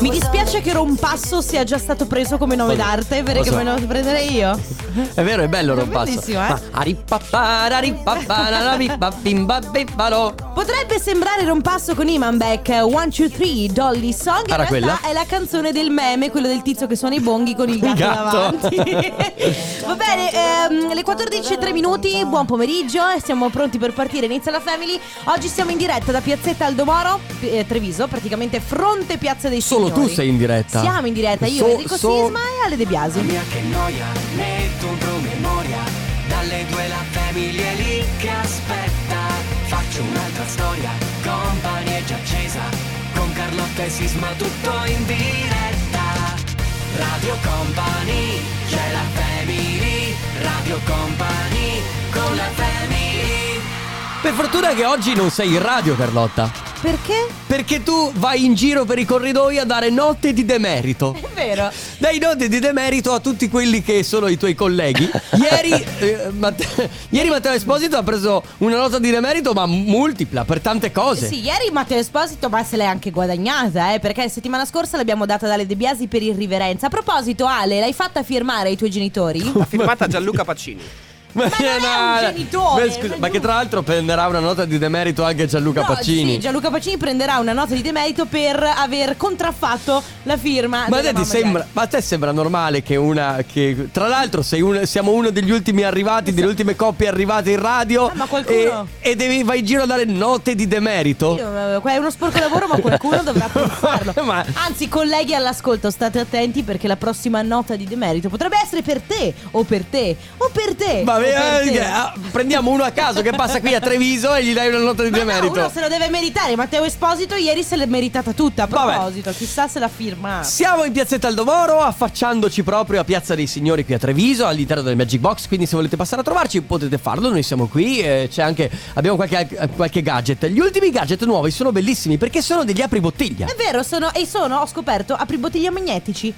Mi dispiace che Rompasso sia già stato preso come nome Cosa? d'arte, perché Cosa? me lo prenderei io. È vero, è bello È rompasso. bellissimo, eh? Ma aripappararipappararipappimbabbibbaro. Potrebbe sembrare Rompasso con Iman Beck, One, Two, Three, Dolly Song. In Era realtà quella? è la canzone del meme, quello del tizio che suona i bonghi con il Il gatto, gatto. davanti. Va bene, ehm, le 14.03 minuti, buon pomeriggio, e siamo pronti per partire. Inizia la family. Oggi siamo in diretta da Piazzetta Aldomoro, eh, Treviso, praticamente fronte Piazza dei Solo Signori. tu sei in diretta. Siamo in diretta, io, So- Enrico so- Sisma e Ale De Biasi. Mia che noia, metto un promemoria Dalle due la famiglia è lì che aspetta Faccio un'altra storia, compagnie già accesa Con Carlotta e Sisma tutto in diretta Radio Company, c'è la family Radio Company, con la family Per fortuna che oggi non sei in radio, Carlotta. Perché? Perché tu vai in giro per i corridoi a dare note di demerito. È vero. Dai note di demerito a tutti quelli che sono i tuoi colleghi. Ieri, eh, Matte- ieri Matteo Esposito ha preso una nota di demerito, ma multipla, per tante cose. Sì, ieri Matteo Esposito, ma se l'è anche guadagnata, eh, perché settimana scorsa l'abbiamo data ad Ale De Biasi per irriverenza. A proposito, Ale, l'hai fatta firmare ai tuoi genitori? Ha firmata Gianluca Pacini. Ma, non è un genitore, Ma, scusa, non è ma che giusto. tra l'altro prenderà una nota di demerito anche Gianluca No, Pacini. Sì, Gianluca Pacini prenderà una nota di demerito per aver contraffatto la firma. Ma della a, te ti mamma di Ale. sembra, ma a te sembra normale che una. Che, tra l'altro, sei un- siamo uno degli ultimi arrivati, delle ultime coppie arrivate in radio. Esatto. Ah, ma qualcuno- E, e devi, vai in giro a dare note di demerito. Io, eh, È uno sporco lavoro, ma qualcuno dovrà pur farlo. Ma- Anzi, colleghi all'ascolto, state attenti perché la prossima nota di demerito potrebbe essere per te, o per te, o per te. Ma o ecco, per eh, te. ah, prendiamo uno a caso che passa qui a Treviso e gli dai una nota di Ma no, demerito. uno se lo deve meritare. Matteo Esposito ieri se l'è meritata tutta. A Vabbè. proposito, chissà se la firma. Siamo in Piazzetta Aldomoro, affacciandoci proprio a Piazza dei Signori qui a Treviso, all'interno del Magic Box, quindi se volete passare a trovarci potete farlo, noi siamo qui, eh, c'è anche, abbiamo qualche, eh, qualche gadget. Gli ultimi gadget nuovi sono bellissimi perché sono degli apribottiglia. È vero, sono e sono, ho scoperto, apribottiglia magnetici.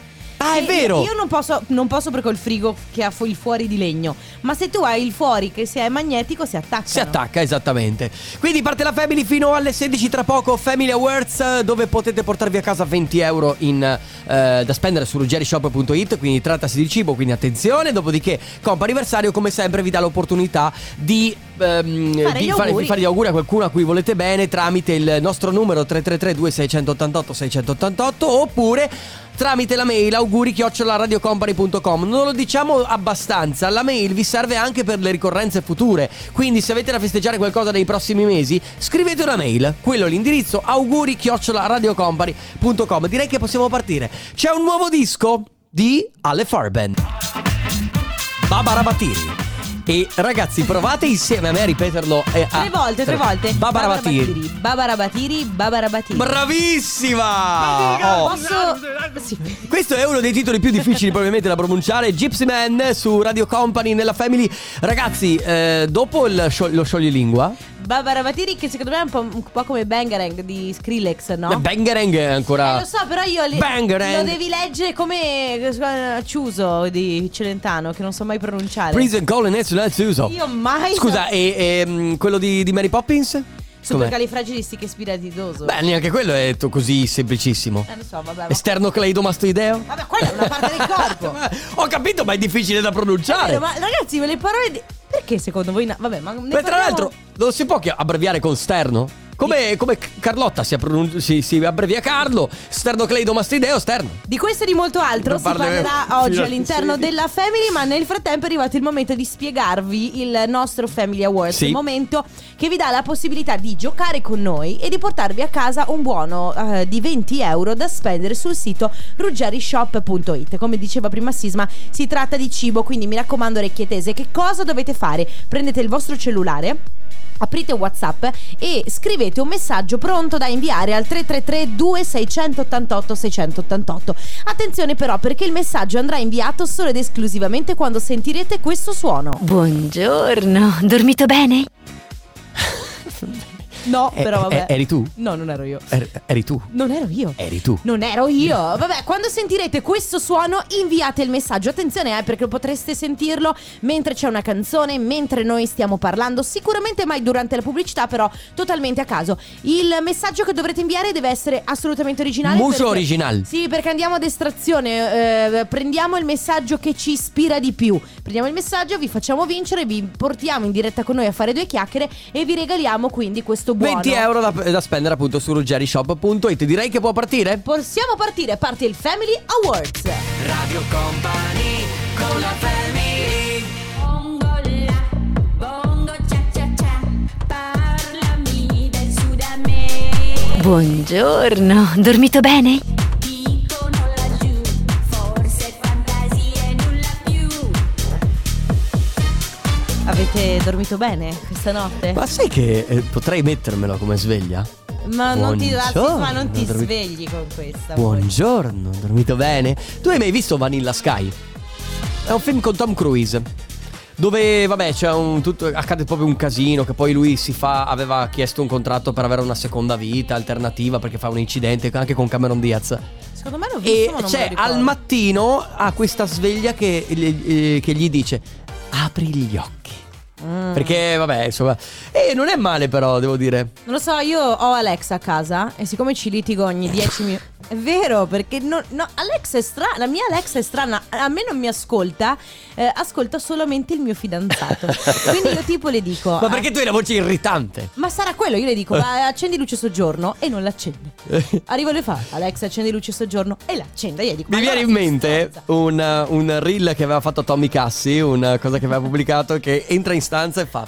Ah, è Sì, vero. Io non posso, non posso perché ho il frigo che ha fu- il fuori di legno. Ma se tu hai il fuori che se è magnetico si attacca. Si attacca, esattamente. Quindi parte la Family fino alle 16 tra poco, Family Awards, eh, dove potete portarvi a casa 20 euro in, eh, da spendere su ruggerishop.it, quindi trattasi di cibo, quindi attenzione. Dopodiché Compa Anniversario, come sempre, vi dà l'opportunità di, ehm, Fare di gli fare, auguri. di fare gli auguri a qualcuno a cui volete bene tramite il nostro numero 333-2688-688 oppure... Tramite la mail auguri radiocompany.com Non lo diciamo abbastanza La mail vi serve anche per le ricorrenze future Quindi se avete da festeggiare qualcosa nei prossimi mesi Scrivete una mail Quello è l'indirizzo auguri radiocompany.com Direi che possiamo partire C'è un nuovo disco di Ale Farben Barbara Battiri e ragazzi, provate insieme a me a ripeterlo. eh, a- Tre volte, tre volte. Barbara Battiri. Babara Batiri, Babara Batiri. Bravissima! Oh. Posso. Sì. Questo è uno dei titoli più difficili probabilmente da pronunciare Gypsy Man su Radio Company nella Family Ragazzi, eh, dopo il scio- lo scioglilingua Babara Batiri, che secondo me è un po', un po' come Bangarang di Skrillex, no? eh, Bangarang è ancora... Eh, lo so, però io le- Bangarang. lo devi leggere come eh, Ciuso di Celentano, che non so mai pronunciare. Prison Call and National Suso Io mai. Scusa, e, e, mm, quello di, di Mary Poppins? Com'è? Supercalifragilistiche spiratidoso. Beh, neanche quello è to- così semplicissimo Eh, lo so, vabbè. Ma... Esterno cleidomastoideo? Vabbè, quella è una parte del corpo. È Ho capito, ma è difficile da pronunciare. vero, ma ragazzi, ma le parole di... Perché secondo voi... na- Vabbè, ma... ne Beh, tra parliamo- l'altro, non si può chi- abbreviare con sterno? Come, come C- Carlotta si, appronun- si- si abbrevia Carlo, sternocleidomastideo, sterno. Di questo e di molto altro Non si parleremo parlerà oggi fino a- all'interno sì. della Family, ma nel frattempo è arrivato il momento di spiegarvi il nostro Family Awards, Sì. il momento che vi dà la possibilità di giocare con noi e di portarvi a casa un buono eh, di 20 euro da spendere sul sito ruggerishop.it. Come diceva prima Sisma, si tratta di cibo, quindi mi raccomando orecchie tese, che cosa dovete fare? Prendete il vostro cellulare aprite WhatsApp e scrivete un messaggio pronto da inviare al 333 2688 688. Attenzione però perché il messaggio andrà inviato solo ed esclusivamente quando sentirete questo suono. Buongiorno, dormito bene? No, Eh, però vabbè. eh, eri tu? No, non ero io. Er- eri tu. Non ero io. Eri tu. Non ero io. Vabbè, quando sentirete questo suono, inviate il messaggio. Attenzione, eh, perché potreste sentirlo mentre c'è una canzone, mentre noi stiamo parlando. Sicuramente mai durante la pubblicità, però totalmente a caso. Il messaggio che dovrete inviare deve essere assolutamente originale. Muso perché- original. Sì, perché andiamo ad estrazione. eh, prendiamo il messaggio che ci ispira di più. Prendiamo il messaggio, vi facciamo vincere, vi portiamo in diretta con noi a fare due chiacchiere e vi regaliamo quindi questo buono. 20 euro da, da spendere appunto su ruggerishop.it. Direi che può partire? Possiamo partire, parte il Family Awards. Radio Company con la family Bongo la, bongo cia cia cia, parlami del Sud America. Buongiorno, dormito bene? Dicono laggiù, forse fantasia e nulla più. Avete dormito bene questa notte? Ma sai che eh, potrei mettermelo come sveglia? Ma non ti, Buongiorno, ma non ti ho dormito- svegli con questa. Buongiorno, ho dormito bene. Tu hai mai visto Vanilla Sky? È un film con Tom Cruise. Dove, vabbè, c'è un tutto. accade proprio un casino. Che poi lui si fa. aveva chiesto un contratto per avere una seconda vita alternativa perché fa un incidente anche con Cameron Diaz. Secondo me l'ho visto, E ma non me lo c'è ricordo. al mattino ha questa sveglia che, eh, che gli dice: Apri gli occhi. Mm. Perché, vabbè, insomma. E non è male, però, devo dire. Non lo so, io ho Alexa a casa e siccome ci litigo ogni 10 minuti... È vero, perché non- no, Alexa è strana, la mia Alexa è strana, a me non mi ascolta, eh, ascolta solamente il mio fidanzato. Quindi io tipo le dico... "Ah, Ma perché tu hai la voce irritante? Ma sarà quello, io le dico, ma accendi luce soggiorno e non l'accende. Arrivo e le fa, Alexa accendi luce soggiorno e l'accende. Io dico, Mi ma viene in allora si mente stronza. un, uh, un reel che aveva fatto Tommy Cassi, una cosa che aveva pubblicato, che entra in stanza e fa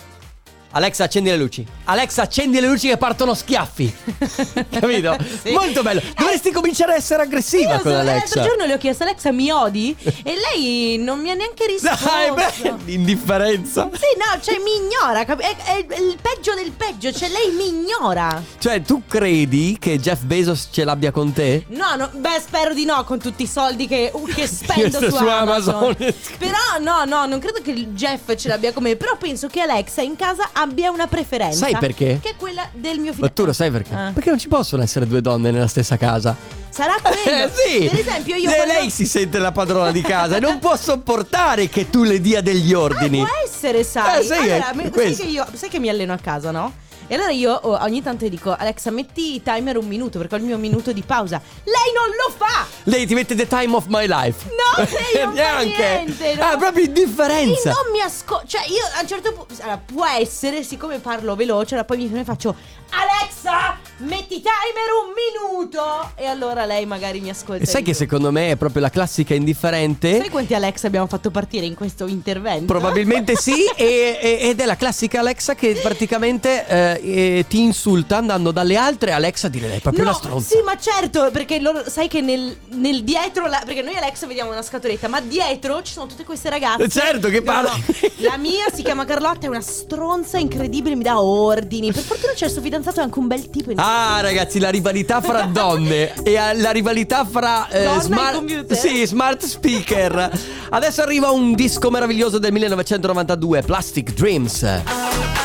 Alexa accendi le luci, Alexa accendi le luci che partono schiaffi, capito? Sì. Eh. Molto bello, dovresti cominciare a essere aggressiva Io con sono- Alexa. L'altro giorno le ho chiesto, Alexa mi odi? E lei non mi ha neanche risposto. Dai, beh, l'indifferenza. Sì, no, cioè mi ignora, cap- è, è il peggio del peggio, cioè lei mi ignora. Cioè, tu credi che Jeff Bezos ce l'abbia con te? No, no, beh, spero di no con tutti i soldi che, uh, che spendo Questo su, su Amazon. Amazon. Però no, no, non credo che il Jeff ce l'abbia come me, però penso che Alexa in casa abbia una preferenza. Sai perché? Che è quella del mio Ma figlio. tu lo sai perché? Ah. Perché non ci possono essere due donne nella stessa casa. Sarà quello. Eh, sì. Per esempio io Le- quando- Lei si sente la padrona di casa e non può sopportare che tu le dia degli Ah, ordini. può essere, sai. Eh, sai che- allora, me- sai, questo. che io, sai che mi alleno a casa, no? E allora io oh, ogni tanto le dico Alexa metti timer un minuto perché ho il mio minuto di pausa. Lei non lo fa! Lei ti mette the time of my life. No, lei non fa niente, no. Ah, proprio indifferenza. Lei non mi ascolta. Cioè, io a un certo punto. Allora, può essere, siccome parlo veloce, allora poi mi mi faccio. Alexa, metti timer un minuto. E allora lei magari mi ascolta. E sai di che più. secondo me è proprio la classica indifferente? Sai quanti Alexa abbiamo fatto partire in questo intervento? Probabilmente sì, e- e- ed è la classica Alexa che praticamente eh, eh, ti insulta andando dalle altre. Alexa dire lei è proprio no, una stronza. Sì, ma certo, perché loro, sai che nel, nel dietro, la- perché noi Alexa vediamo una scatoletta, ma dietro ci sono tutte queste ragazze. Certo che No, parla. no, La mia si chiama Carlotta, è una stronza incredibile, mi dà ordini. Per fortuna c'è il suo fidanzato, è anche un bel tipo. in- Ah, ragazzi, la rivalità fra donne e eh, la rivalità fra eh, Donna e smart, computer. sì, smart speaker. Adesso arriva un disco meraviglioso del 1992, Plastic Dreams.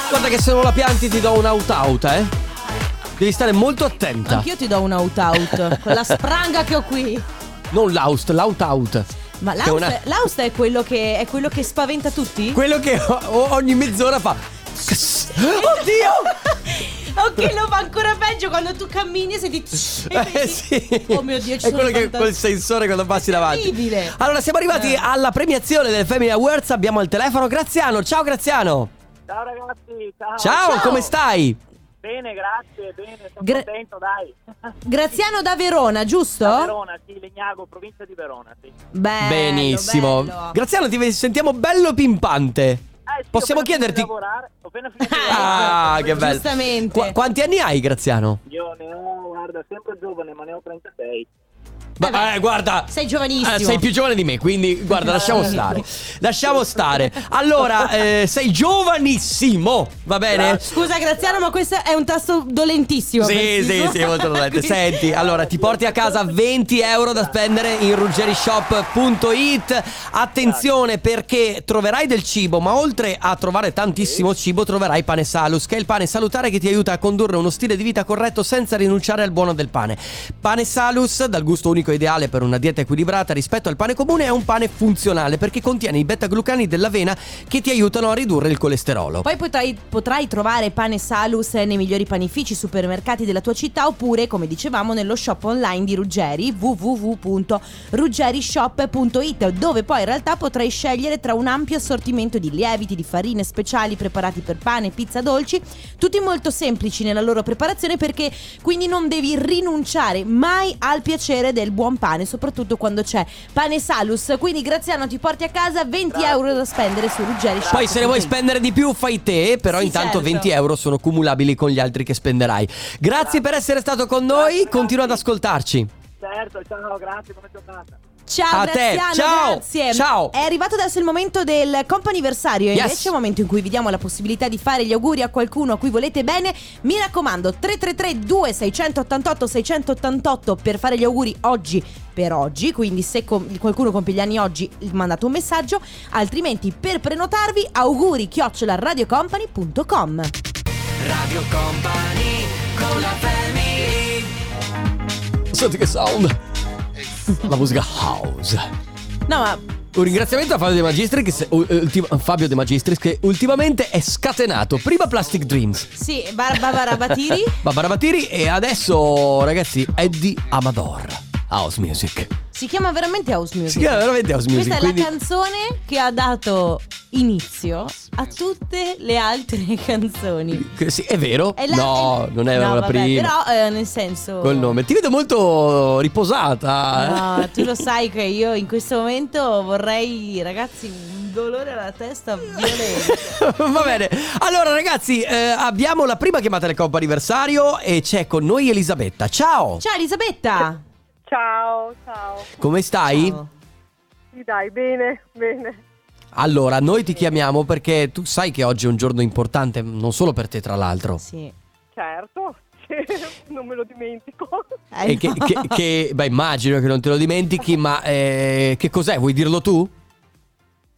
Guarda che se non la pianti ti do un out out, eh. Devi stare molto attenta. Anch'io ti do un out out con la spranga che ho qui. Non l'oust, l'out out. Ma Che è una- l'austa, l'austa è, quello che, è quello che spaventa tutti? Quello che o- o- ogni mezz'ora fa. Oddio! ok, lo fa ancora peggio quando tu cammini e senti. e Eh vedi- sì. Oh mio dio, ci È sono quello che fantas- col sensore quando passi davanti. terribile. Allora, siamo arrivati Eh. alla premiazione del Family Awards. Abbiamo al telefono Graziano. Ciao Graziano. Ciao ragazzi, ciao. Ciao, ciao. come stai? Bene, grazie, bene, sono Gra- contento, dai. Graziano da Verona, giusto? Oh? Da Verona, sì, Legnago, provincia di Verona, sì. Bello, Benissimo. bello. Graziano, ti ve- sentiamo bello pimpante. Eh, sì, Possiamo ho appena chiederti- finito di lavorare, ho appena finito di Ah, lavorare. che bello. ecco, Giustamente. Qua- quanti anni hai, Graziano? Io ne ho, guarda, sempre giovane, ma ne ho 36. Ma, Eh beh, eh, guarda, sei giovanissimo. eh, sei più giovane di me, quindi guarda, lasciamo stare. Lasciamo stare. Allora, eh, sei giovanissimo, va bene? Scusa Graziano, ma questo è un tasto dolentissimo. Sì, preciso. sì, sì, molto dolente. Quindi- Senti, allora ti porti a casa 20 euro da spendere in ruggerishop.it. Attenzione perché troverai del cibo, ma oltre a trovare tantissimo cibo, troverai pane salus, che è il pane salutare che ti aiuta a condurre uno stile di vita corretto senza rinunciare al buono del pane. Pane salus, dal gusto unico ideale per una dieta equilibrata rispetto al pane comune, è un pane funzionale perché contiene i beta-glucani dell'avena che ti aiutano a ridurre il colesterolo. Poi potrai, potrai trovare pane Salus nei migliori panifici, supermercati della tua città oppure, come dicevamo, nello shop online di Ruggeri www.ruggerishop.it dove poi in realtà potrai scegliere tra un ampio assortimento di lieviti, di farine speciali preparati per pane, pizza, dolci, tutti molto semplici nella loro preparazione perché quindi non devi rinunciare mai al piacere del buon pane, soprattutto quando c'è pane Salus. Quindi Graziano ti porti a casa 20 euro da spendere su Ruggeri Shop. Poi se ne vuoi spendere di più fai te, però Sì, intanto certo. 20 euro sono cumulabili con gli altri che spenderai. Grazie per essere stato con noi, continua ad ascoltarci. Certo, ciao, grazie, buona giornata. Ciao A te, Graziano, ciao, grazie. ciao. È arrivato adesso il momento del comp'anniversario. E Yes. invece è il momento in cui vi diamo la possibilità di fare gli auguri a qualcuno a cui volete bene. Mi raccomando, 333 2688 688 per fare gli auguri oggi per oggi. Quindi se com- qualcuno compie gli anni oggi mandate un messaggio. Altrimenti per prenotarvi auguri chiocciolaradiocompany.com Radio Company con la family Senti che sound. La musica house. No, ma Un ringraziamento a Fabio De Magistris che, se- ultim- Fabio De Magistris che ultimamente è scatenato. Prima Plastic Dreams. sì, Barbara Rabatiri. Barbara Batiri e adesso ragazzi Eddie Amador. House Music. Si chiama veramente House Music. Si chiama veramente House Music. Questa è quindi- la canzone che ha dato inizio a tutte le altre canzoni. Che- Sì, è vero? È la- no, è- non era no, la vabbè, prima. Però eh, nel senso... Col nome. Ti vedo molto riposata. eh. No, tu lo sai che io in questo momento vorrei, ragazzi, un dolore alla testa violento. Va bene. Allora, ragazzi, eh, abbiamo la prima chiamata del Coppa Anniversario e c'è con noi Elisabetta. Ciao! Ciao Elisabetta! Ciao, ciao. Come stai? Ciao. Sì, dai, bene, bene. Allora, noi ti chiamiamo perché tu sai che oggi è un giorno importante, non solo per te, tra l'altro. Sì. Certo, sì, non me lo dimentico. Eh, E che, no. che- che- beh, immagino che non te lo dimentichi, ma eh, che cos'è? Vuoi dirlo tu?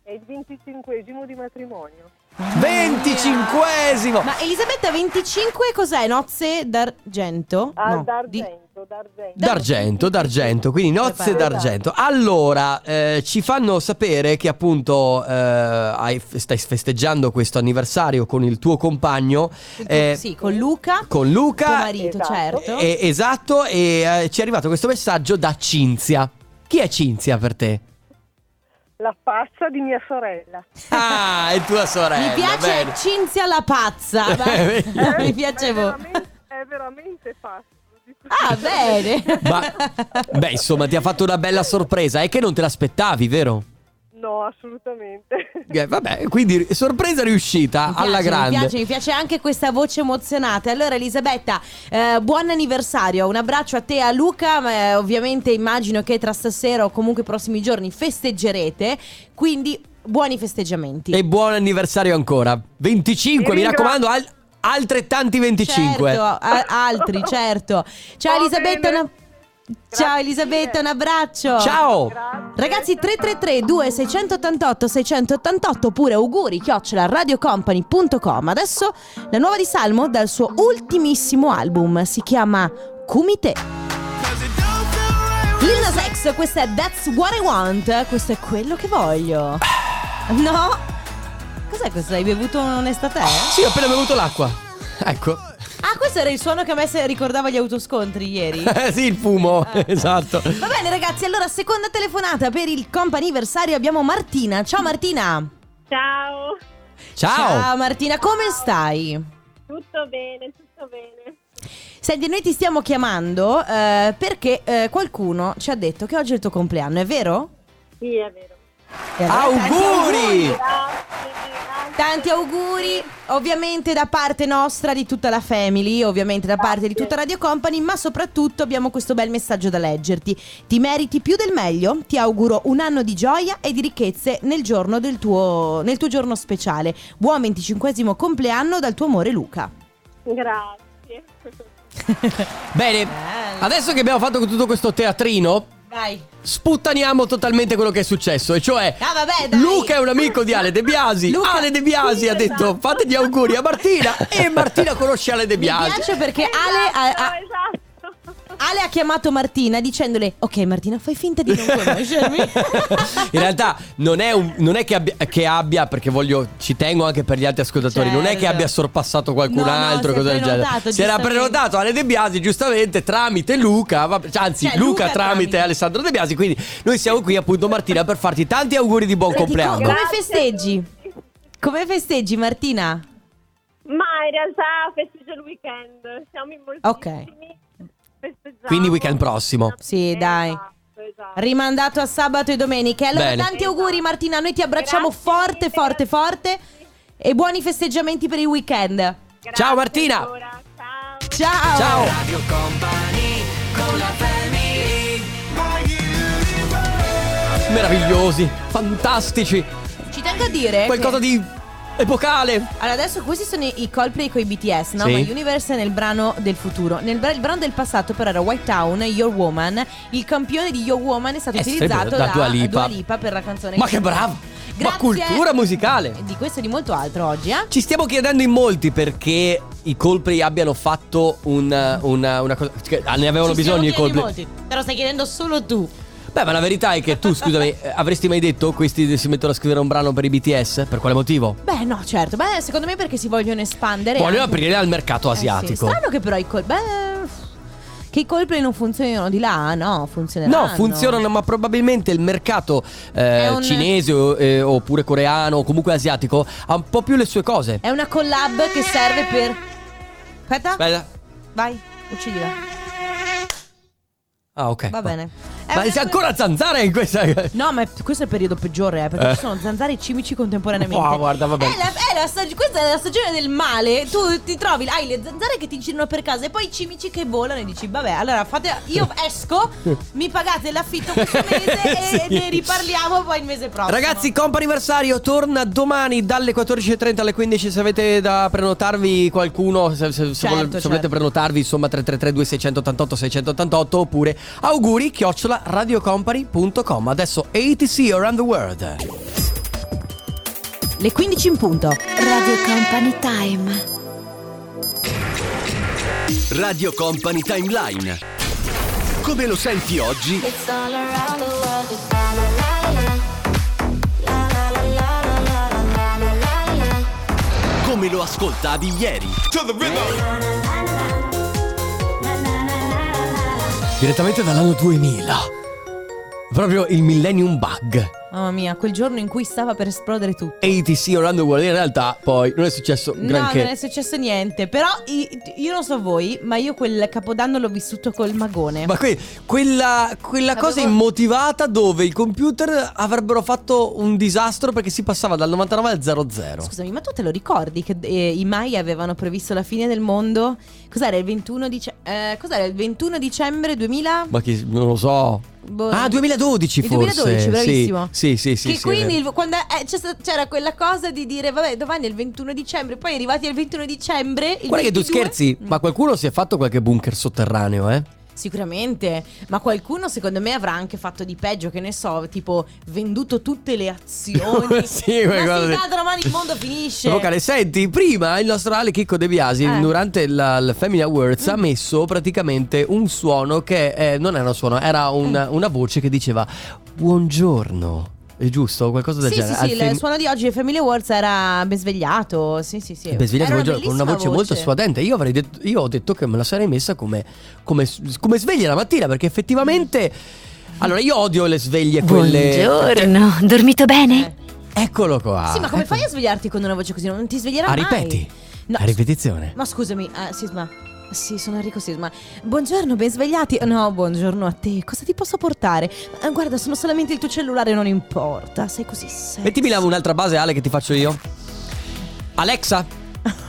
È il 25esimo di matrimonio. Eh. 25esimo! Ma Elisabetta 25 cos'è? Nozze d'argento? Ah, No, di- d'argento, d'argento. D'argento, d'argento, quindi nozze Prepara. d'argento. Allora, eh, ci fanno sapere che appunto eh, hai- stai festeggiando questo anniversario con il tuo compagno, eh, sì, con Luca, con tuo Luca. marito, Esatto. certo. Eh, esatto, e eh, ci è arrivato questo messaggio da Cinzia. Chi è Cinzia per te? La pazza di mia sorella. Ah, è tua sorella. Mi piace bene. Cinzia la pazza. Eh, mi È piace voi. veramente, è veramente pazzo. Ah, bene. Ma, beh, insomma, ti ha fatto una bella sorpresa. È che non te l'aspettavi, vero? No, assolutamente. Eh, vabbè, quindi sorpresa riuscita Mi piace, alla grande. Mi piace, mi piace anche questa voce emozionata. Allora, Elisabetta, eh, buon anniversario. Un abbraccio a te e a Luca. ma, eh, ovviamente immagino che tra stasera o comunque i prossimi giorni festeggerete. Quindi, buoni festeggiamenti. E buon anniversario ancora. 25, Vi mi ringrazio. raccomando, al- altrettanti 25. Certo, a- altri, certo. Ciao Va Elisabetta, bene. una- Ciao Grazie. Elisabetta, un abbraccio. Ciao. Grazie. Ragazzi 333 2688 688 oppure auguri chiocciola radiocompany.com Adesso la nuova di Salmo dal suo ultimissimo album si chiama Kumite Lil Nas X, questo è That's What I Want, questo è quello che voglio No? Cos'è questo? Hai bevuto un'estate? Sì, ho appena bevuto l'acqua. Ecco. Ah questo era il suono che a me se- ricordava gli autoscontri ieri sì, il fumo. Eh. esatto. Va bene ragazzi, allora seconda telefonata per il comp'anniversario abbiamo Martina Ciao Martina Ciao, Ciao. Martina, come stai? tutto bene, tutto bene. Senti, noi ti stiamo chiamando eh, perché eh, qualcuno ci ha detto che oggi è il tuo compleanno, è vero? Sì, è vero. E allora tanti Auguri! Grazie, grazie. Tanti auguri, ovviamente da parte nostra, di tutta la family, ovviamente da parte di tutta Radio Company, ma soprattutto abbiamo questo bel messaggio da leggerti. Ti meriti più del meglio, ti auguro un anno di gioia e di ricchezze nel giorno del tuo, nel tuo giorno speciale. Buon 25 compleanno dal tuo amore Luca. Grazie. Bene, adesso che abbiamo fatto tutto questo teatrino, Vai. sputtaniamo totalmente quello che è successo. E cioè, Ah, vabbè, dai. Luca è un amico di Ale De Biasi. Luca- Ale De Biasi Sì, ha detto esatto. fate gli auguri a Martina. e Martina conosce Ale De Mi Biasi. piace perché Ale Esatto, ha, ha- esatto. Ale ha chiamato Martina dicendole Ok Martina fai finta di non conoscermi In realtà non è, un- non è che, abbia, che abbia, perché voglio, ci tengo anche per gli altri ascoltatori, non è che Certo. abbia sorpassato qualcun No, no, altro. si è cosa del genere. prenotato, Si era giustamente. prenotato Ale De Biasi, giustamente, tramite Luca, va- cioè, anzi Cioè, Luca, Luca tramite, tramite. Alessandro De Biasi. Quindi noi siamo qui appunto Martina per farti tanti auguri di buon Senti, compleanno. co- come Grazie a festeggi? tutti. Come festeggi Martina? Ma in realtà festeggio il weekend, siamo in moltissimi. festeggiamo. Quindi weekend prossimo. Sì, dai. Esatto, esatto. Rimandato a sabato e domenica Allora Bene. tanti auguri Martina Noi ti abbracciamo Grazie forte mille, forte grazie. forte E buoni festeggiamenti per il weekend Grazie Ciao, Martina. ancora, Ciao. Ciao Ciao. Radio Company con la family Meravigliosi, fantastici, Ci tengo a dire qualcosa che- di epocale. Allora adesso questi sono i i Coldplay con i BTS no? Sì. Ma Universe è nel brano del futuro nel bra- Il brano del passato però era White Town Your Woman Il campione di Your Woman è stato Eh, utilizzato sempre da Dua Lipa. per la canzone Ma che bravo! Ma Grazie. cultura musicale. Di questo e di molto altro oggi eh? Ci stiamo chiedendo in molti perché i Coldplay abbiano fatto un- una, una cosa. che Ne avevano Ci bisogno i stiamo Coldplay. chiedendo in molti, Te lo stai chiedendo solo tu. Beh, ma la verità è che tu, scusami, eh, avresti mai detto questi si mettono a scrivere un brano per i BTS? Per quale motivo? Beh, no, certo. Beh, secondo me perché si vogliono espandere. Vogliono anche- aprire al mercato Eh sì, asiatico. Strano che però i colpi. Beh. Che i colpi non funzionino di là, no, funzioneranno. No, funzionano, ma probabilmente il mercato eh, È un- cinese o- eh, oppure coreano o comunque asiatico ha un po' più le sue cose. È una collab che serve per. Aspetta, Bella. vai, uccidila. Ah, ok. Va bene. Eh, È Ma una- c'è ancora zanzara in questa. No, ma è- questo è il periodo peggiore, eh, perché Eh. ci sono zanzare e cimici contemporaneamente. Oh, guarda, vabbè. È la- è la stag- questa è la stagione del male. Tu ti trovi, hai le zanzare che ti girano per casa e poi i cimici che volano e dici, vabbè, allora fate, io esco, mi pagate l'affitto questo mese e Sì. ne riparliamo poi il mese prossimo. Ragazzi, compa anniversario torna domani dalle 14.30 alle 15. Se avete da prenotarvi qualcuno, se, se- se Certo, vol- se certo. volete prenotarvi, insomma 333-2688-688 oppure auguri chiocciola radiocompany.com. Adesso ATC Around the World. le 15 in punto. Radio Company Time. Radio Company Timeline Come lo senti oggi? Come lo ascoltavi ieri? Direttamente dall'anno 2000. Proprio il Millennium Bug. Mamma mia, quel giorno in cui stava per esplodere tutto. ATC Around the World in realtà poi non è successo granché. No, non è successo niente. Però i- io non so voi, ma io quel capodanno l'ho vissuto col magone. Eh. Ma que- quella, quella Avevo- cosa immotivata dove i computer avrebbero fatto un disastro perché si passava dal 99 al 00. Scusami, ma tu te lo ricordi che eh, i Maya avevano previsto la fine del mondo? Cos'era il 21 dicembre? cos'era il 21 dicembre 2000? Ma che non lo so. Boh. Ah, 2012 Il forse. 2012, Sì, bravissimo. Sì, sì, sì. che sì, è quindi vero. il- quando, eh, c'è sta- c'era quella cosa di dire vabbè domani è il 21 dicembre poi arrivati al 21 dicembre il Guarda che tu 22 scherzi, ma qualcuno si è fatto qualche bunker sotterraneo, eh? Sicuramente, ma qualcuno secondo me avrà anche fatto di peggio, che ne so, tipo venduto tutte le azioni. Sì, ma quel cosa sì, lì. tanto domani il mondo finisce. Vocale, senti, prima il nostro Ale Chicco De Biasi Eh. Mm. durante la, il Family Awards ha messo praticamente un suono che eh, non era un suono, era un- Mm. una voce che diceva buongiorno. È giusto? Qualcosa del Sì, sì, genere. sì, Al il film- suono di oggi del Family Awards era ben svegliato. Sì, sì, sì. Beh, svegliato Era una buongiorno, con una voce, bellissima molto suadente. Io, avrei detto, io ho detto che me la sarei messa come, come, come sveglia la mattina perché effettivamente. Mm. Allora, io odio le sveglie quelle. Cioè, Buongiorno, dormito bene? Eccolo qua. Eh. Sì, ma come Ecco- fai a svegliarti con una voce così? Non ti sveglierà Ah, mai. ripeti. No, A ripetizione. Ma scusami, eh, Sisma. Sì, sono Enrico Sisma. Buongiorno, ben svegliati. No, buongiorno a te. Cosa ti posso portare? Eh, guarda, sono solamente il tuo cellulare, non importa. Sei così sexy. Mettimi la- un'altra base, Ale, che ti faccio io. Alexa,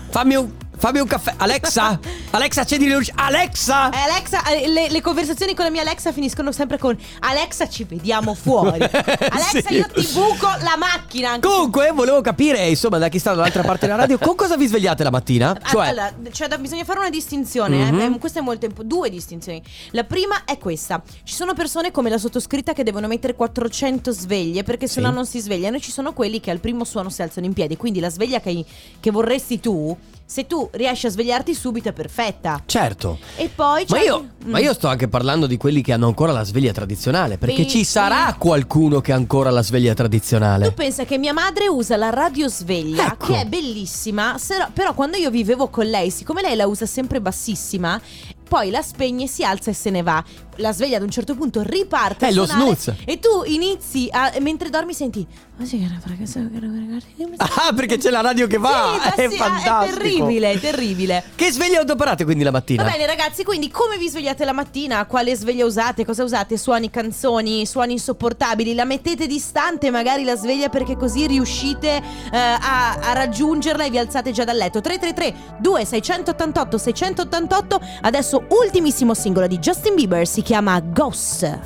fammi un, fammi un caffè. Alexa, Alexa, accendi le luci. Alexa! Eh, Alexa, eh, le, le conversazioni con la mia Alexa finiscono sempre con Alexa ci vediamo fuori. Alexa Sì. io ti buco la macchina. anche Comunque, volevo capire, insomma, da chi sta dall'altra parte della radio, con cosa vi svegliate la mattina? Ah, Cioè, Allora, cioè, da- bisogna fare una distinzione. eh. Mhm. Eh, Questa è molto imp- due distinzioni. La prima è questa: ci sono persone come la sottoscritta che devono mettere 400 sveglie perché Sì. sennò non si svegliano. E ci sono quelli che al primo suono si alzano in piedi. Quindi la sveglia che, che vorresti tu, se tu riesci a svegliarti subito, è perfetta. certo. E poi Ma c'è- io, ma Mm. io sto anche parlando di quelli che hanno ancora la sveglia tradizionale, perché Sì, ci sì. sarà qualcuno che ha ancora la sveglia tradizionale. Tu pensa che mia madre usa la radio sveglia, Ecco. che è bellissima, se- però quando io vivevo con lei, siccome lei la usa sempre bassissima, poi la spegne, si alza e se ne va. La sveglia ad un certo punto riparte. a Eh, lo suonare snooze. E tu inizi a, mentre dormi senti... "Ma sì, che era fra- che so- che era- che era- Ah, perché c'è la radio che va! Sì, è sì, ah, fantastico! terribile, è terribile. Che sveglia adoperate quindi la mattina? Va bene ragazzi, quindi come vi svegliate la mattina? Quale sveglia usate? Cosa usate? Suoni, canzoni, suoni insopportabili? La mettete distante magari la sveglia perché così riuscite eh, a, a raggiungerla e vi alzate già dal letto. 333 2688 688 Adesso ultimissimo singolo di Justin Bieber si chiama Ghost.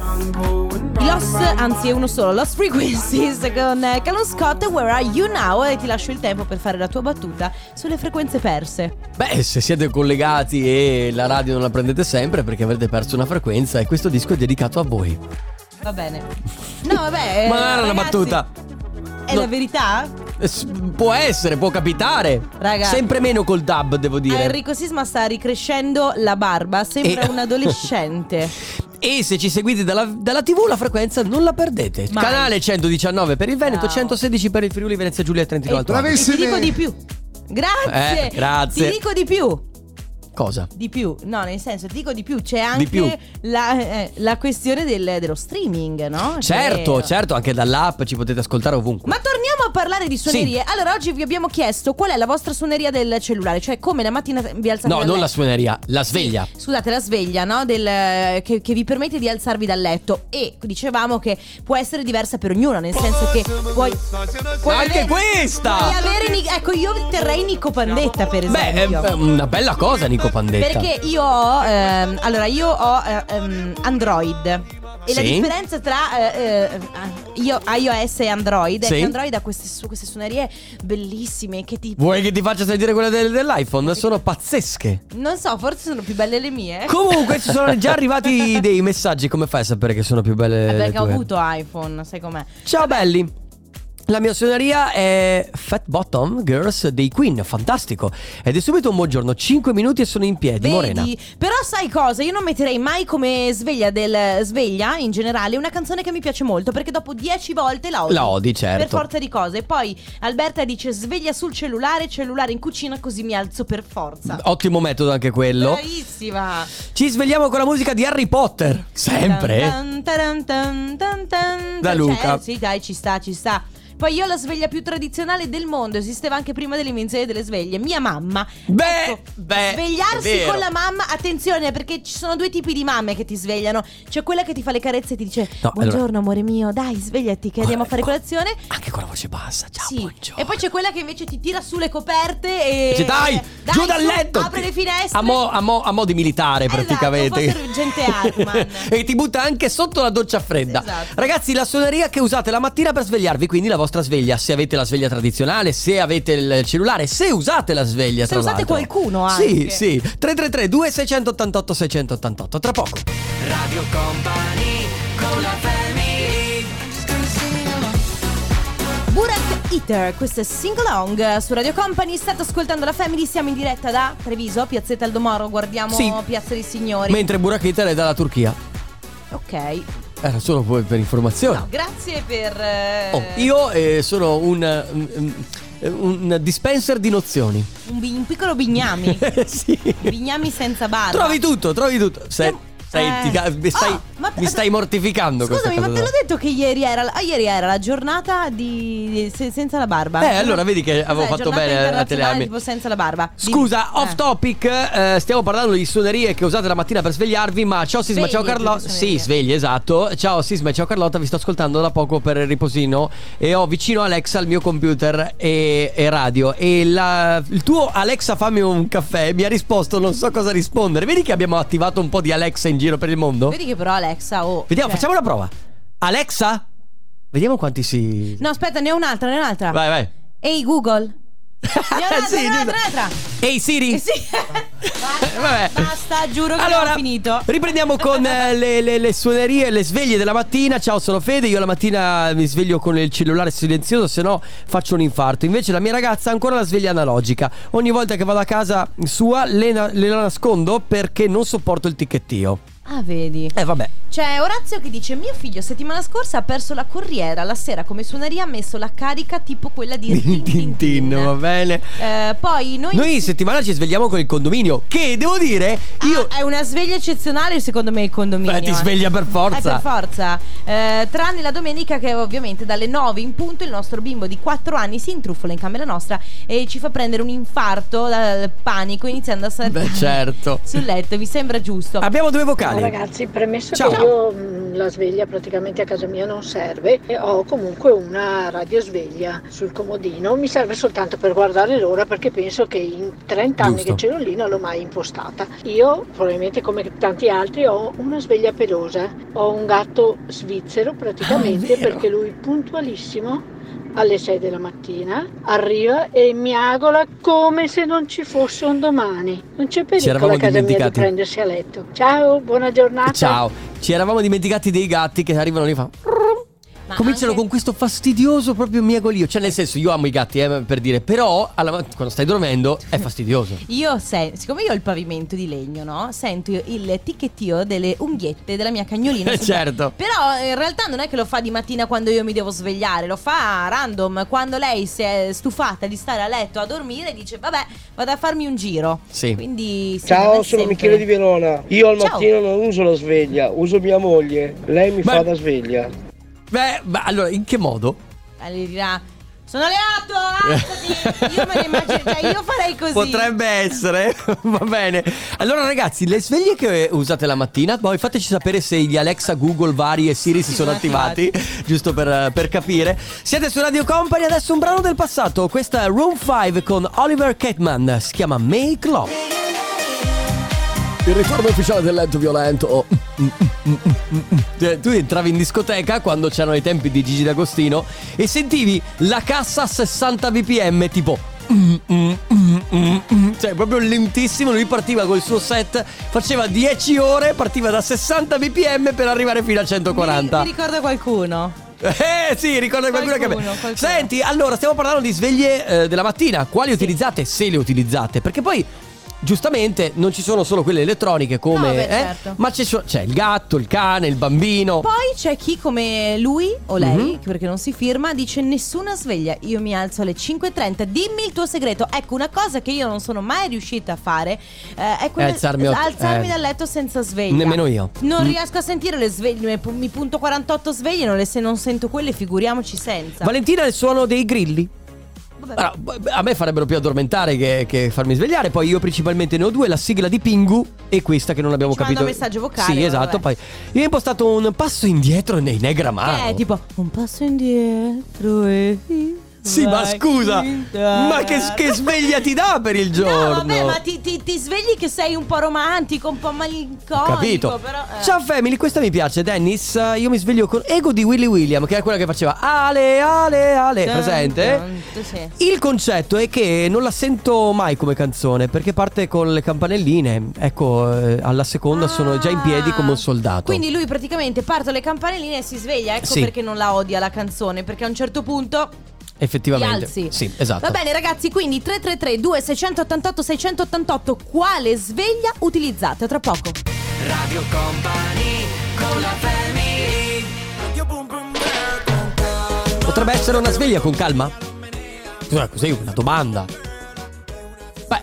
Lost, anzi è uno solo, Lost Frequencies con eh, Callum Scott, Where Are You Now? E ti lascio il tempo per fare la tua battuta sulle frequenze perse. Beh, se siete collegati e la radio non la prendete sempre perché avrete perso una frequenza e questo disco è dedicato a voi. Va bene. No, vabbè. Ma non era una Eh, ragazzi, battuta. È No. la verità? Eh, s- Può essere, può capitare. Raga. Sempre meno col dub, devo A dire. Eh, Enrico Sisma sta ricrescendo la barba, sembra E- un adolescente. E se ci seguite dalla, dalla TV, la frequenza non la perdete. Mai. Canale 119 per il Veneto, Ciao. 116 per il Friuli Venezia Giulia e Trentino E- Alto. Adige. e Ti dico di più. Grazie. Eh, grazie. Ti dico di più. Cosa? Di più, no, nel senso, ti dico di più, c'è anche più. La, eh, la questione del- dello streaming, no? Certo, Cioè- certo, anche dall'app ci potete ascoltare ovunque. Ma torniamo a parlare di suonerie. Allora, oggi vi abbiamo chiesto qual è la vostra suoneria del cellulare, cioè come la mattina vi alzate No, dal non letto. la suoneria, la sveglia. Sì, scusate, la sveglia, no? Del- che, che vi permette di alzarvi dal letto. E dicevamo che può essere diversa per ognuno, nel senso che puoi. puoi Anche avere- questa! puoi avere Ni- ecco, io terrei Nico Pandetta, per Beh, ehm, è esempio. è una bella cosa, Nico Pandetta. esatto. perché io ho. ehm, allora, io ho eh, ehm, Android. E la Sì. differenza tra eh, eh, io, iOS e Android Sì. è che Android ha queste, su- queste suonerie bellissime che ti. Vuoi che ti faccia sentire quelle del- dell'iPhone? Sono pazzesche. Non so, forse sono più belle le mie. Comunque, ci sono già arrivati dei messaggi. Come fai a sapere che sono più belle? Eh, le perché ho tue? avuto iPhone, sai com'è? Ciao belli. La mia suoneria è Fat Bottom Girls dei Queen, fantastico. Ed è subito un buongiorno, 5 minuti e sono in piedi, Vedi? Morena. Però sai cosa? Io non metterei mai come sveglia del sveglia in generale una canzone che mi piace molto perché dopo 10 volte la odi. La odi, certo. Per forza di cose. Poi Alberta dice sveglia sul cellulare, cellulare in cucina così mi alzo per forza. Ottimo metodo anche quello. Bravissima. Ci svegliamo con la musica di Harry Potter. Sempre. Tan, tan, tan, tan, tan, Da tan. Luca. Cioè, sì, dai, ci sta, ci sta. Poi io ho la sveglia più tradizionale del mondo, esisteva anche prima dell'invenzione delle sveglie. Mia mamma. Beh, Ecco, beh, è svegliarsi vero. con la mamma, attenzione perché ci sono due tipi di mamme che ti svegliano. C'è quella che ti fa le carezze e ti dice No, allora- "Buongiorno amore mio, dai, svegliati che andiamo a fare colazione". Anche con la voce bassa. Ciao, Sì. buongiorno. E poi c'è quella che invece ti tira su le coperte e Dice, dai, eh, giù dal su, letto. apre le finestre. A mo, a mo- a mo di militare Esatto, praticamente. un po' sergente Hartman. e ti butta anche sotto la doccia fredda. Esatto. Ragazzi, la suoneria che usate la mattina per svegliarvi, quindi la vostra sveglia, se avete la sveglia tradizionale, se avete il cellulare, se usate la sveglia Se tra usate l'altro. qualcuno Sì, anche. sì. 333 2688 688 tra poco. Radio Company con la family Burak Eater, questo è Sing Along eh, su Radio Company, state ascoltando la Family, siamo in diretta da Treviso, Piazzetta Aldomoro, guardiamo Sì. Piazza dei Signori. Mentre Burachitter è dalla Turchia. ok, Era solo poi per informazione. no, grazie per... eh, Oh, io eh, sono un, eh, un- un dispenser di nozioni. Un, bi- un piccolo bignami, sì. bignami senza barba. Trovi tutto, trovi tutto. Se- Siamo- Stai, Eh. ti ca- mi stai- Oh, ma- mi stai mortificando questa Scusami, ma cosa. te l'ho detto che ieri era, la- ah, ieri era la giornata di, di- se- senza la barba. Eh, allora vedi che avevo Cos'è? fatto Giornata bene a internazionale telearmi. Tipo senza la barba. Dimmi. Scusa, off Eh. topic, eh, stiamo parlando di suonerie che usate la mattina per svegliarvi, ma ciao Sisma, Svegli ciao più che Carlotta. Sì, suonerie. svegli, esatto. Ciao Sisma, ciao Carlotta, vi sto ascoltando da poco per il riposino e ho vicino Alexa il mio computer e, e radio e la- il tuo Alexa fammi un caffè mi ha risposto non so cosa rispondere. Vedi che abbiamo attivato un po' di Alexa in giro per il mondo? Vedi che però Alexa oh, Vediamo, cioè- facciamo una prova. Alexa? Vediamo quanti si... No, aspetta, ne ho un'altra, ne ho un'altra. Vai, vai. Ehi Google. Ne ho un'altra, ne ho un'altra, Sì, giusto. ne ho un'altra. Ehi Siri? Eh sì. basta, Vabbè. basta, giuro che allora, abbiamo finito. Riprendiamo con eh, le, le, le suonerie e le sveglie della mattina. Ciao, sono Fede. Io la mattina mi sveglio con il cellulare silenzioso, se no faccio un infarto. Invece la mia ragazza ha ancora la sveglia analogica. Ogni volta che vado a casa sua le, na- le la nascondo perché non sopporto il ticchettio. Ah, vedi. Eh, vabbè. C'è Orazio che dice: Mio figlio settimana scorsa ha perso la corriera. La sera, come suoneria, ha messo la carica tipo quella di Rin Tin Tin. Tintin, va bene. Eh, poi noi. Noi in settimana ci svegliamo con il condominio. Che devo dire, io. Ah, è una sveglia eccezionale, secondo me, il condominio. Beh, ti eh. sveglia per forza. Eh, per forza. Eh, tranne la domenica, che ovviamente dalle 9 in punto il nostro bimbo di 4 anni si intrufola in camera nostra e ci fa prendere un infarto dal panico, iniziando a saltare Beh, certo. Ah. sul letto. Mi sembra giusto. Abbiamo due vocali. Ciao ragazzi, premesso Ciao. che io mh, la sveglia praticamente a casa mia non serve, e ho comunque una radio sveglia sul comodino, mi serve soltanto per guardare l'ora perché penso che in 30 anni Giusto. che ce l'ho lì non l'ho mai impostata. Io probabilmente come tanti altri ho una sveglia pelosa, ho un gatto svizzero praticamente Ah, è vero. perché lui puntualissimo alle 6 della mattina arriva e miagola come se non ci fosse un domani. Non c'è pericolo eravamo a casa mia di dimenticati. prendersi a letto. Ciao, buona giornata. Ciao, ci eravamo dimenticati dei gatti che arrivano lì e fanno. Ma Cominciano anche- con questo fastidioso proprio miagolio. Cioè, nel senso, io amo i gatti, eh, per dire, però alla mat- quando stai dormendo è fastidioso. Io, se- siccome io ho il pavimento di legno, no? Sento io il ticchettio delle unghiette della mia cagnolina. Eh, certo. Però in realtà non è che lo fa di mattina quando io mi devo svegliare, lo fa random quando lei si è stufata di stare a letto a dormire dice "Vabbè, vado a farmi un giro". Sì. Quindi sì, non Ciao, è sono sempre- Michele di Verona. Io al Ciao. mattino non uso la sveglia, uso mia moglie. Lei mi Ma- fa da sveglia. Beh, ma allora, in che modo? Eh, gli dirà "Sono le 8, alzati". Esatto, Io me ne immagino, cioè io farei così. Potrebbe essere, va bene. Allora, ragazzi, le sveglie che usate la mattina, poi fateci sapere se gli Alexa, Google, vari e Siri si sono sono attivati, giusto per, per capire. Siete su Radio Company, adesso un brano del passato. Questa è Room 5 con Oliver Catman, si chiama Make Love. Il ritorno ufficiale del lento violento. oh. Eh, Tu entravi in discoteca quando c'erano i tempi di Gigi D'Agostino e sentivi la cassa a 60 bpm tipo... mm, mm, mm, mm, mm. Cioè proprio lentissimo, lui partiva col suo set, faceva 10 ore, partiva da 60 bpm per arrivare fino a Mi ri- 140. Mi ricorda qualcuno. Eh sì, ricorda qualcuno, Qualcuno, che qualcuno. Senti, allora stiamo parlando di sveglie eh, della mattina, quali utilizzate, se le utilizzate, perché poi giustamente non ci sono solo quelle elettroniche come No, beh, eh, certo. ma c'è, so- c'è il gatto, il cane, il bambino. Poi c'è chi come lui o lei, Mhm. perché non si firma, dice nessuna sveglia, io mi alzo alle 5.30, dimmi il tuo segreto. Ecco, una cosa che io non sono mai riuscita a fare eh, è quella alzarmi otto- alzarmi eh. dal letto senza sveglia. Nemmeno io. Non Mm. riesco a sentire le sveglie, mi- mi punto 48 sveglie, non le- se non sento quelle figuriamoci senza. Valentina è il suono dei grilli. Vabbè. Allora, b- a me farebbero più addormentare che, che farmi svegliare. Poi io principalmente ne ho due: la sigla di Pingu e questa che non abbiamo Ci capito. manda un messaggio vocale, Sì, vabbè. esatto. Poi io ho impostato un passo indietro nei Negramaro. Che è Eh, tipo un passo indietro e via, Sì, ma vai scusa, in ma che, che sveglia ti dà per il giorno? No, vabbè, ma ti, ti- ti svegli che sei un po' romantico, un po' malinconico. Capito? Però, eh. Ciao family, questa mi piace, Dennis. eh, Io mi sveglio con Ego di Willy William, che è quella che faceva Ale, Ale, Ale. Dun, presente? dun, tu Certo, sì. Il concetto è che non la sento mai come canzone perché parte con le campanelline. Ecco, eh, alla seconda sono già in piedi come un soldato. Quindi lui praticamente parte le campanelline e si sveglia. Ecco Sì. perché non la odia la canzone. Perché a un certo punto ti effettivamente. alzi. Sì, esatto. Va bene, ragazzi. Quindi 333 2688 688 quale sveglia utilizzate? A Tra poco. Radio Company con la family Potrebbe essere una sveglia ecco, con calma? Scusa, così una domanda. Beh,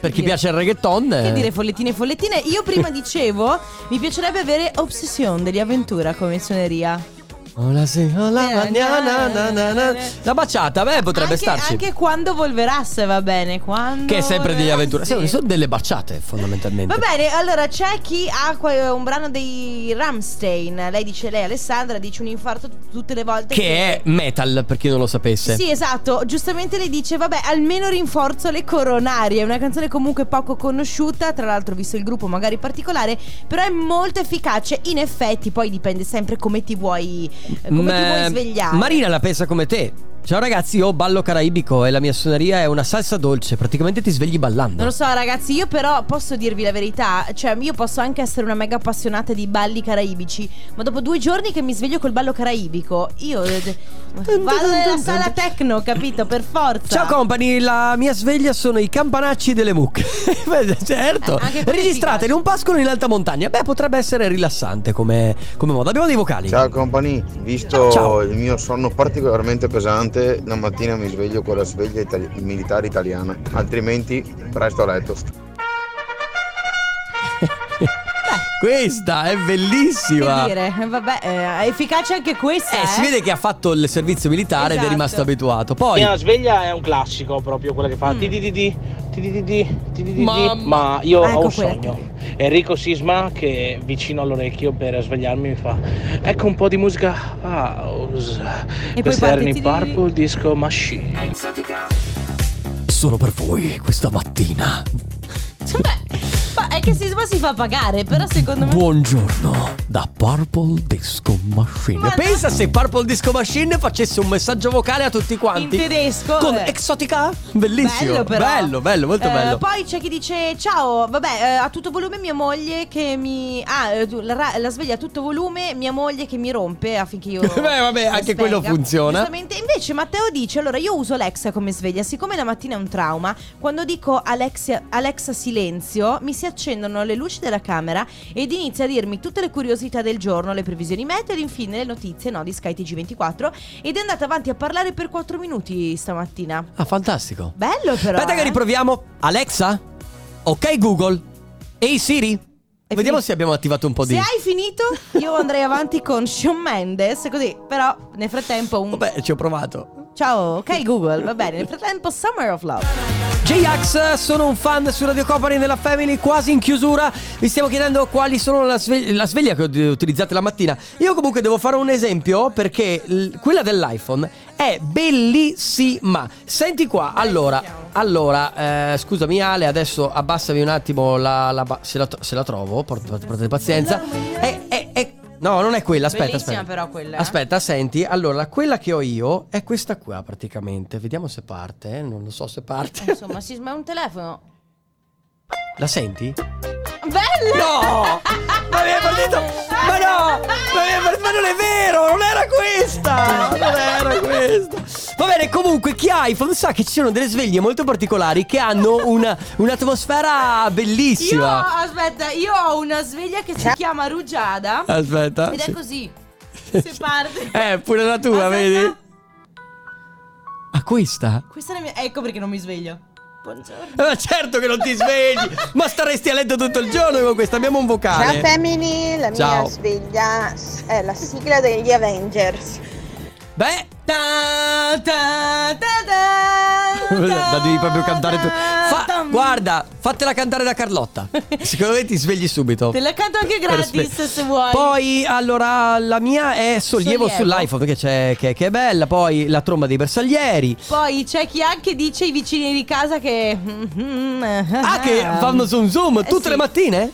Per chi dire- piace il reggaeton. Che eh, dire follettine e follettine? Io prima dicevo, mi piacerebbe avere Obsession degli Avventura come suoneria. Hola, sì, hola, Eh, ma- na- na- na- na- na. La baciata, beh, potrebbe anche, starci. Anche quando volverasse va bene. Quando Che è sempre degli avventure. Volverasse. Sono, sono delle baciate, fondamentalmente. Va bene, allora c'è chi ha que- un brano dei Ramstein. Lei dice, lei Alessandra dice un infarto t- tutte le volte. Che è metal, per chi non lo sapesse. Sì, esatto. Giustamente lei dice, vabbè, almeno rinforzo le coronarie. È una canzone comunque poco conosciuta, tra l'altro visto il gruppo magari particolare, però è molto efficace. In effetti poi dipende sempre come ti vuoi, eh, come ti Ma- vuoi svegliare. Marina la pensa come te. Ciao ragazzi, io ballo caraibico e la mia suoneria è una salsa dolce. Praticamente ti svegli ballando. Non lo so ragazzi, io però posso dirvi la verità, cioè io posso anche essere una mega appassionata di balli caraibici, ma dopo due giorni che mi sveglio col ballo caraibico, io eh, vado nella sala tecno, capito? Per forza. Ciao company, la mia sveglia sono i campanacci delle mucche. Beh, certo, Eh, anche quello è efficace. registrate in un pascolo in alta montagna. Beh, potrebbe essere rilassante come, come modo. Abbiamo dei vocali. Ciao compagni, visto Ciao. il mio sonno particolarmente pesante, la mattina mi sveglio con la sveglia itali- militare italiana, altrimenti presto a letto. Questa è bellissima. Che dire, eh, vabbè, eh, è efficace anche questa. Eh, si vede che ha fatto il servizio militare ed è Esatto. rimasto abituato. Poi, La mia sveglia è un classico proprio quella che fa Mm. ti ti ti ti ti ti ti ti ti ti ti Mamma. ma io Ah, ecco ho un quella. sogno Enrico Sisma che vicino all'orecchio per svegliarmi mi fa ecco un po' di musica house poi questa parte era ti- in ti- ti- Purple Disco Machine solo per voi, questa mattina. Vabbè, Cioè, ma è che Sisma si fa pagare, però secondo me... Buongiorno da Purple Disco Machine. Ma- Pensa se Purple Disco Machine facesse un messaggio vocale a tutti In quanti. tedesco Con eh. Exotica? Bellissimo. Bello però Bello, bello, molto Eh, bello. Poi c'è chi dice Ciao, vabbè, eh, a tutto volume mia moglie che mi... Ah, eh, tu- la, ra- la sveglia a tutto volume mia moglie che mi rompe affinché io... Beh, vabbè, mi anche quello funziona. Giustamente. Invece Matteo dice Allora io uso Alexa come sveglia Siccome la mattina è un trauma Quando dico Alexia- Alexa silenzio Mi si accendono le luci della camera Ed inizia a dirmi tutte le curiosità del giorno Le previsioni meteo ed infine le notizie no, di Sky TG24 Ed è andata avanti a parlare per 4 minuti stamattina Ah, fantastico. Bello però Aspetta che eh. riproviamo. Alexa? Ok Google? Ehi Siri? È Vediamo finito. se abbiamo attivato un po' di... Se hai finito, io andrei avanti con Shawn Mendes, così, però nel frattempo un... Vabbè, Oh, ci ho provato. Ciao, ok Google, va bene, nel frattempo Summer of Love. J-Ax, sono un fan su Radio Company nella Family, quasi in chiusura. Vi stiamo chiedendo quali sono la, sve- la sveglia che ut- utilizzate la mattina. Io comunque devo fare un esempio perché l- quella dell'iPhone è bellissima. Senti qua, allora, allora eh, scusami Ale, adesso abbassami un attimo la, la ba- se, la tro- se la trovo, port- port- portate pazienza. È, è- è- no, non è quella, aspetta, Bellissima aspetta. però quella, eh. Aspetta, senti, allora, quella che ho io è questa qua praticamente. Vediamo se parte, eh, non lo so se parte. Insomma, si sma un telefono. La senti? Bello! No! Ma mi è partito! Ma no! Ma, mi è partito- ma non è vero! Non era questa! Non era questa! Va bene, comunque chi ha iPhone sa che ci sono delle sveglie molto particolari che hanno una- un'atmosfera Io, bellissima. aspetta, io ho una sveglia che si chiama Ah, Rugiada Aspetta. ed è così. Se parte. Eh, pure la tua, Aspetta. vedi? Ma questa? Questa è la mia... Ecco perché non mi sveglio. Buongiorno. Eh, Ma certo che non ti svegli! ma staresti a letto tutto il giorno con questa, abbiamo un vocale. Family, la Ciao. mia sveglia è la sigla degli Avengers. Beh, Ta ta ta ta, La devi proprio cantare tu. ta, mm. Fa- tam. guarda, fatela cantare da Carlotta. Secondo me ti svegli subito. Te la canto anche Per gratis spe- se vuoi. Poi, allora, la mia è sollievo, Sollievo. sull'iPhone che, c'è, che, che è bella. Poi la tromba dei bersaglieri. Poi c'è chi anche dice ai vicini di casa che. mm-hmm, Ah, che fanno zoom zoom Eh, tutte sì. le mattine?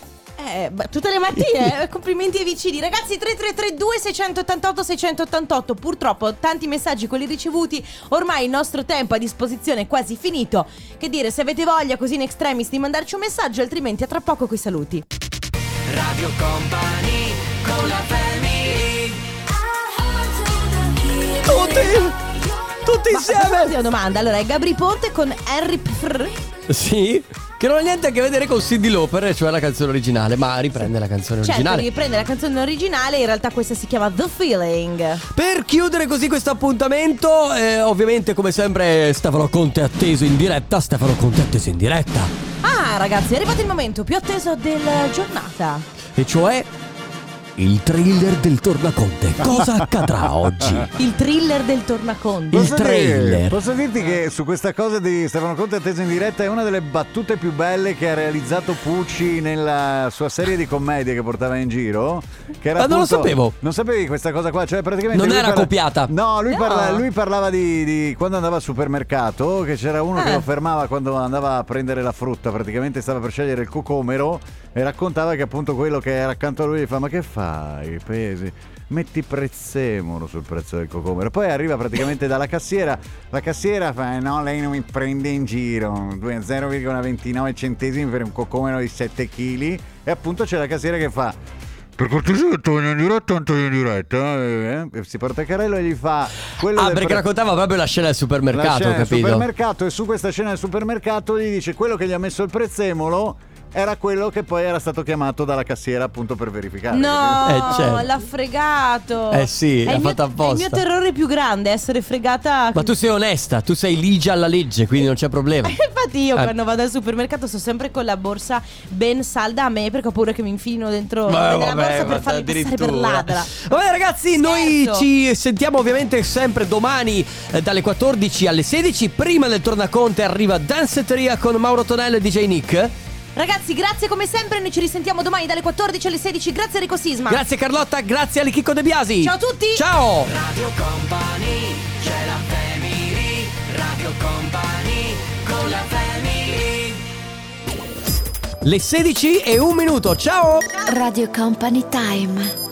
Eh, ma tutte le mattine, eh, complimenti ai vicini. Ragazzi, 3332 688 688. Purtroppo tanti messaggi quelli ricevuti. Ormai il nostro tempo a disposizione è quasi finito. Che dire, se avete voglia così in extremis di mandarci un messaggio, altrimenti a tra poco coi saluti. Radio Company con la family Tutti! Tutti Ma insieme! una domanda. Allora, è Gabri Ponte con Harry Pfr. Sì. Che non ha niente a che vedere con Cindy Lauper, cioè la canzone originale, ma riprende la canzone Certo, originale. riprende la canzone originale, in realtà questa si chiama The Feeling. Per chiudere così questo appuntamento, eh, ovviamente come sempre Stefano Conte atteso in diretta, Stefano Conte atteso in diretta. Ah, ragazzi, è arrivato il momento più atteso della giornata. E cioè il thriller del tornaconte. Cosa accadrà oggi? Il thriller del tornaconto. Posso dire- trailer. posso dirti che su questa cosa di Stefano Conte atteso in diretta è una delle battute più belle che ha realizzato Pucci nella sua serie di commedie che portava in giro. Che era Ma non lo appunto- sapevo. Non sapevi questa cosa qua, cioè praticamente. Non lui era copiata. No, lui, No. parla- lui parlava di, di quando andava al supermercato, che c'era uno che Eh. lo fermava quando andava a prendere la frutta, praticamente stava per scegliere il cocomero. E raccontava che appunto quello che era accanto a lui gli fa: Ma che fai? Pesi? Metti prezzemolo sul prezzo del cocomero. Poi arriva praticamente dalla cassiera. La cassiera fa: "Eh No, lei non mi prende in giro. Due- 0,29 centesimi per un cocomero di 7 kg. E appunto c'è la cassiera che fa. Per cortesia, Antonio in diretta, Antonio in diretta. eh, eh." E Si porta a carello e gli fa. quello Ah, del perché pre- raccontava proprio la scena del la supermercato, scena del capito? supermercato e su questa scena del supermercato gli dice quello che gli ha messo il prezzemolo era quello che poi era stato chiamato dalla cassiera appunto per verificare. No, capito? l'ha fregato. certo. Eh sì, È l'ha il mio- fatta apposta. È il mio terrore più grande, essere fregata. Ma tu sei onesta, tu sei ligia alla legge, quindi non c'è problema. Infatti io Eh. quando vado al supermercato sto sempre con la borsa ben salda a me perché ho paura che mi infilino dentro Ma nella borsa vabbè, ma per farmi passare per addirittura. ladra. Vabbè ragazzi, noi ci sentiamo ovviamente sempre domani eh, dalle 14 alle 16. Prima del tornaconte arriva Danceteria con Mauro Tonello e DJ Nick. Ragazzi, grazie come sempre, noi ci risentiamo domani dalle 14 alle 16. Grazie Enrico Sisma. Grazie Carlotta, grazie a Chicco De Biasi. Ciao a tutti. Ciao. Radio Company, c'è la family, Radio Company, con la family. Le 16 e un minuto. Ciao. Radio Company Time.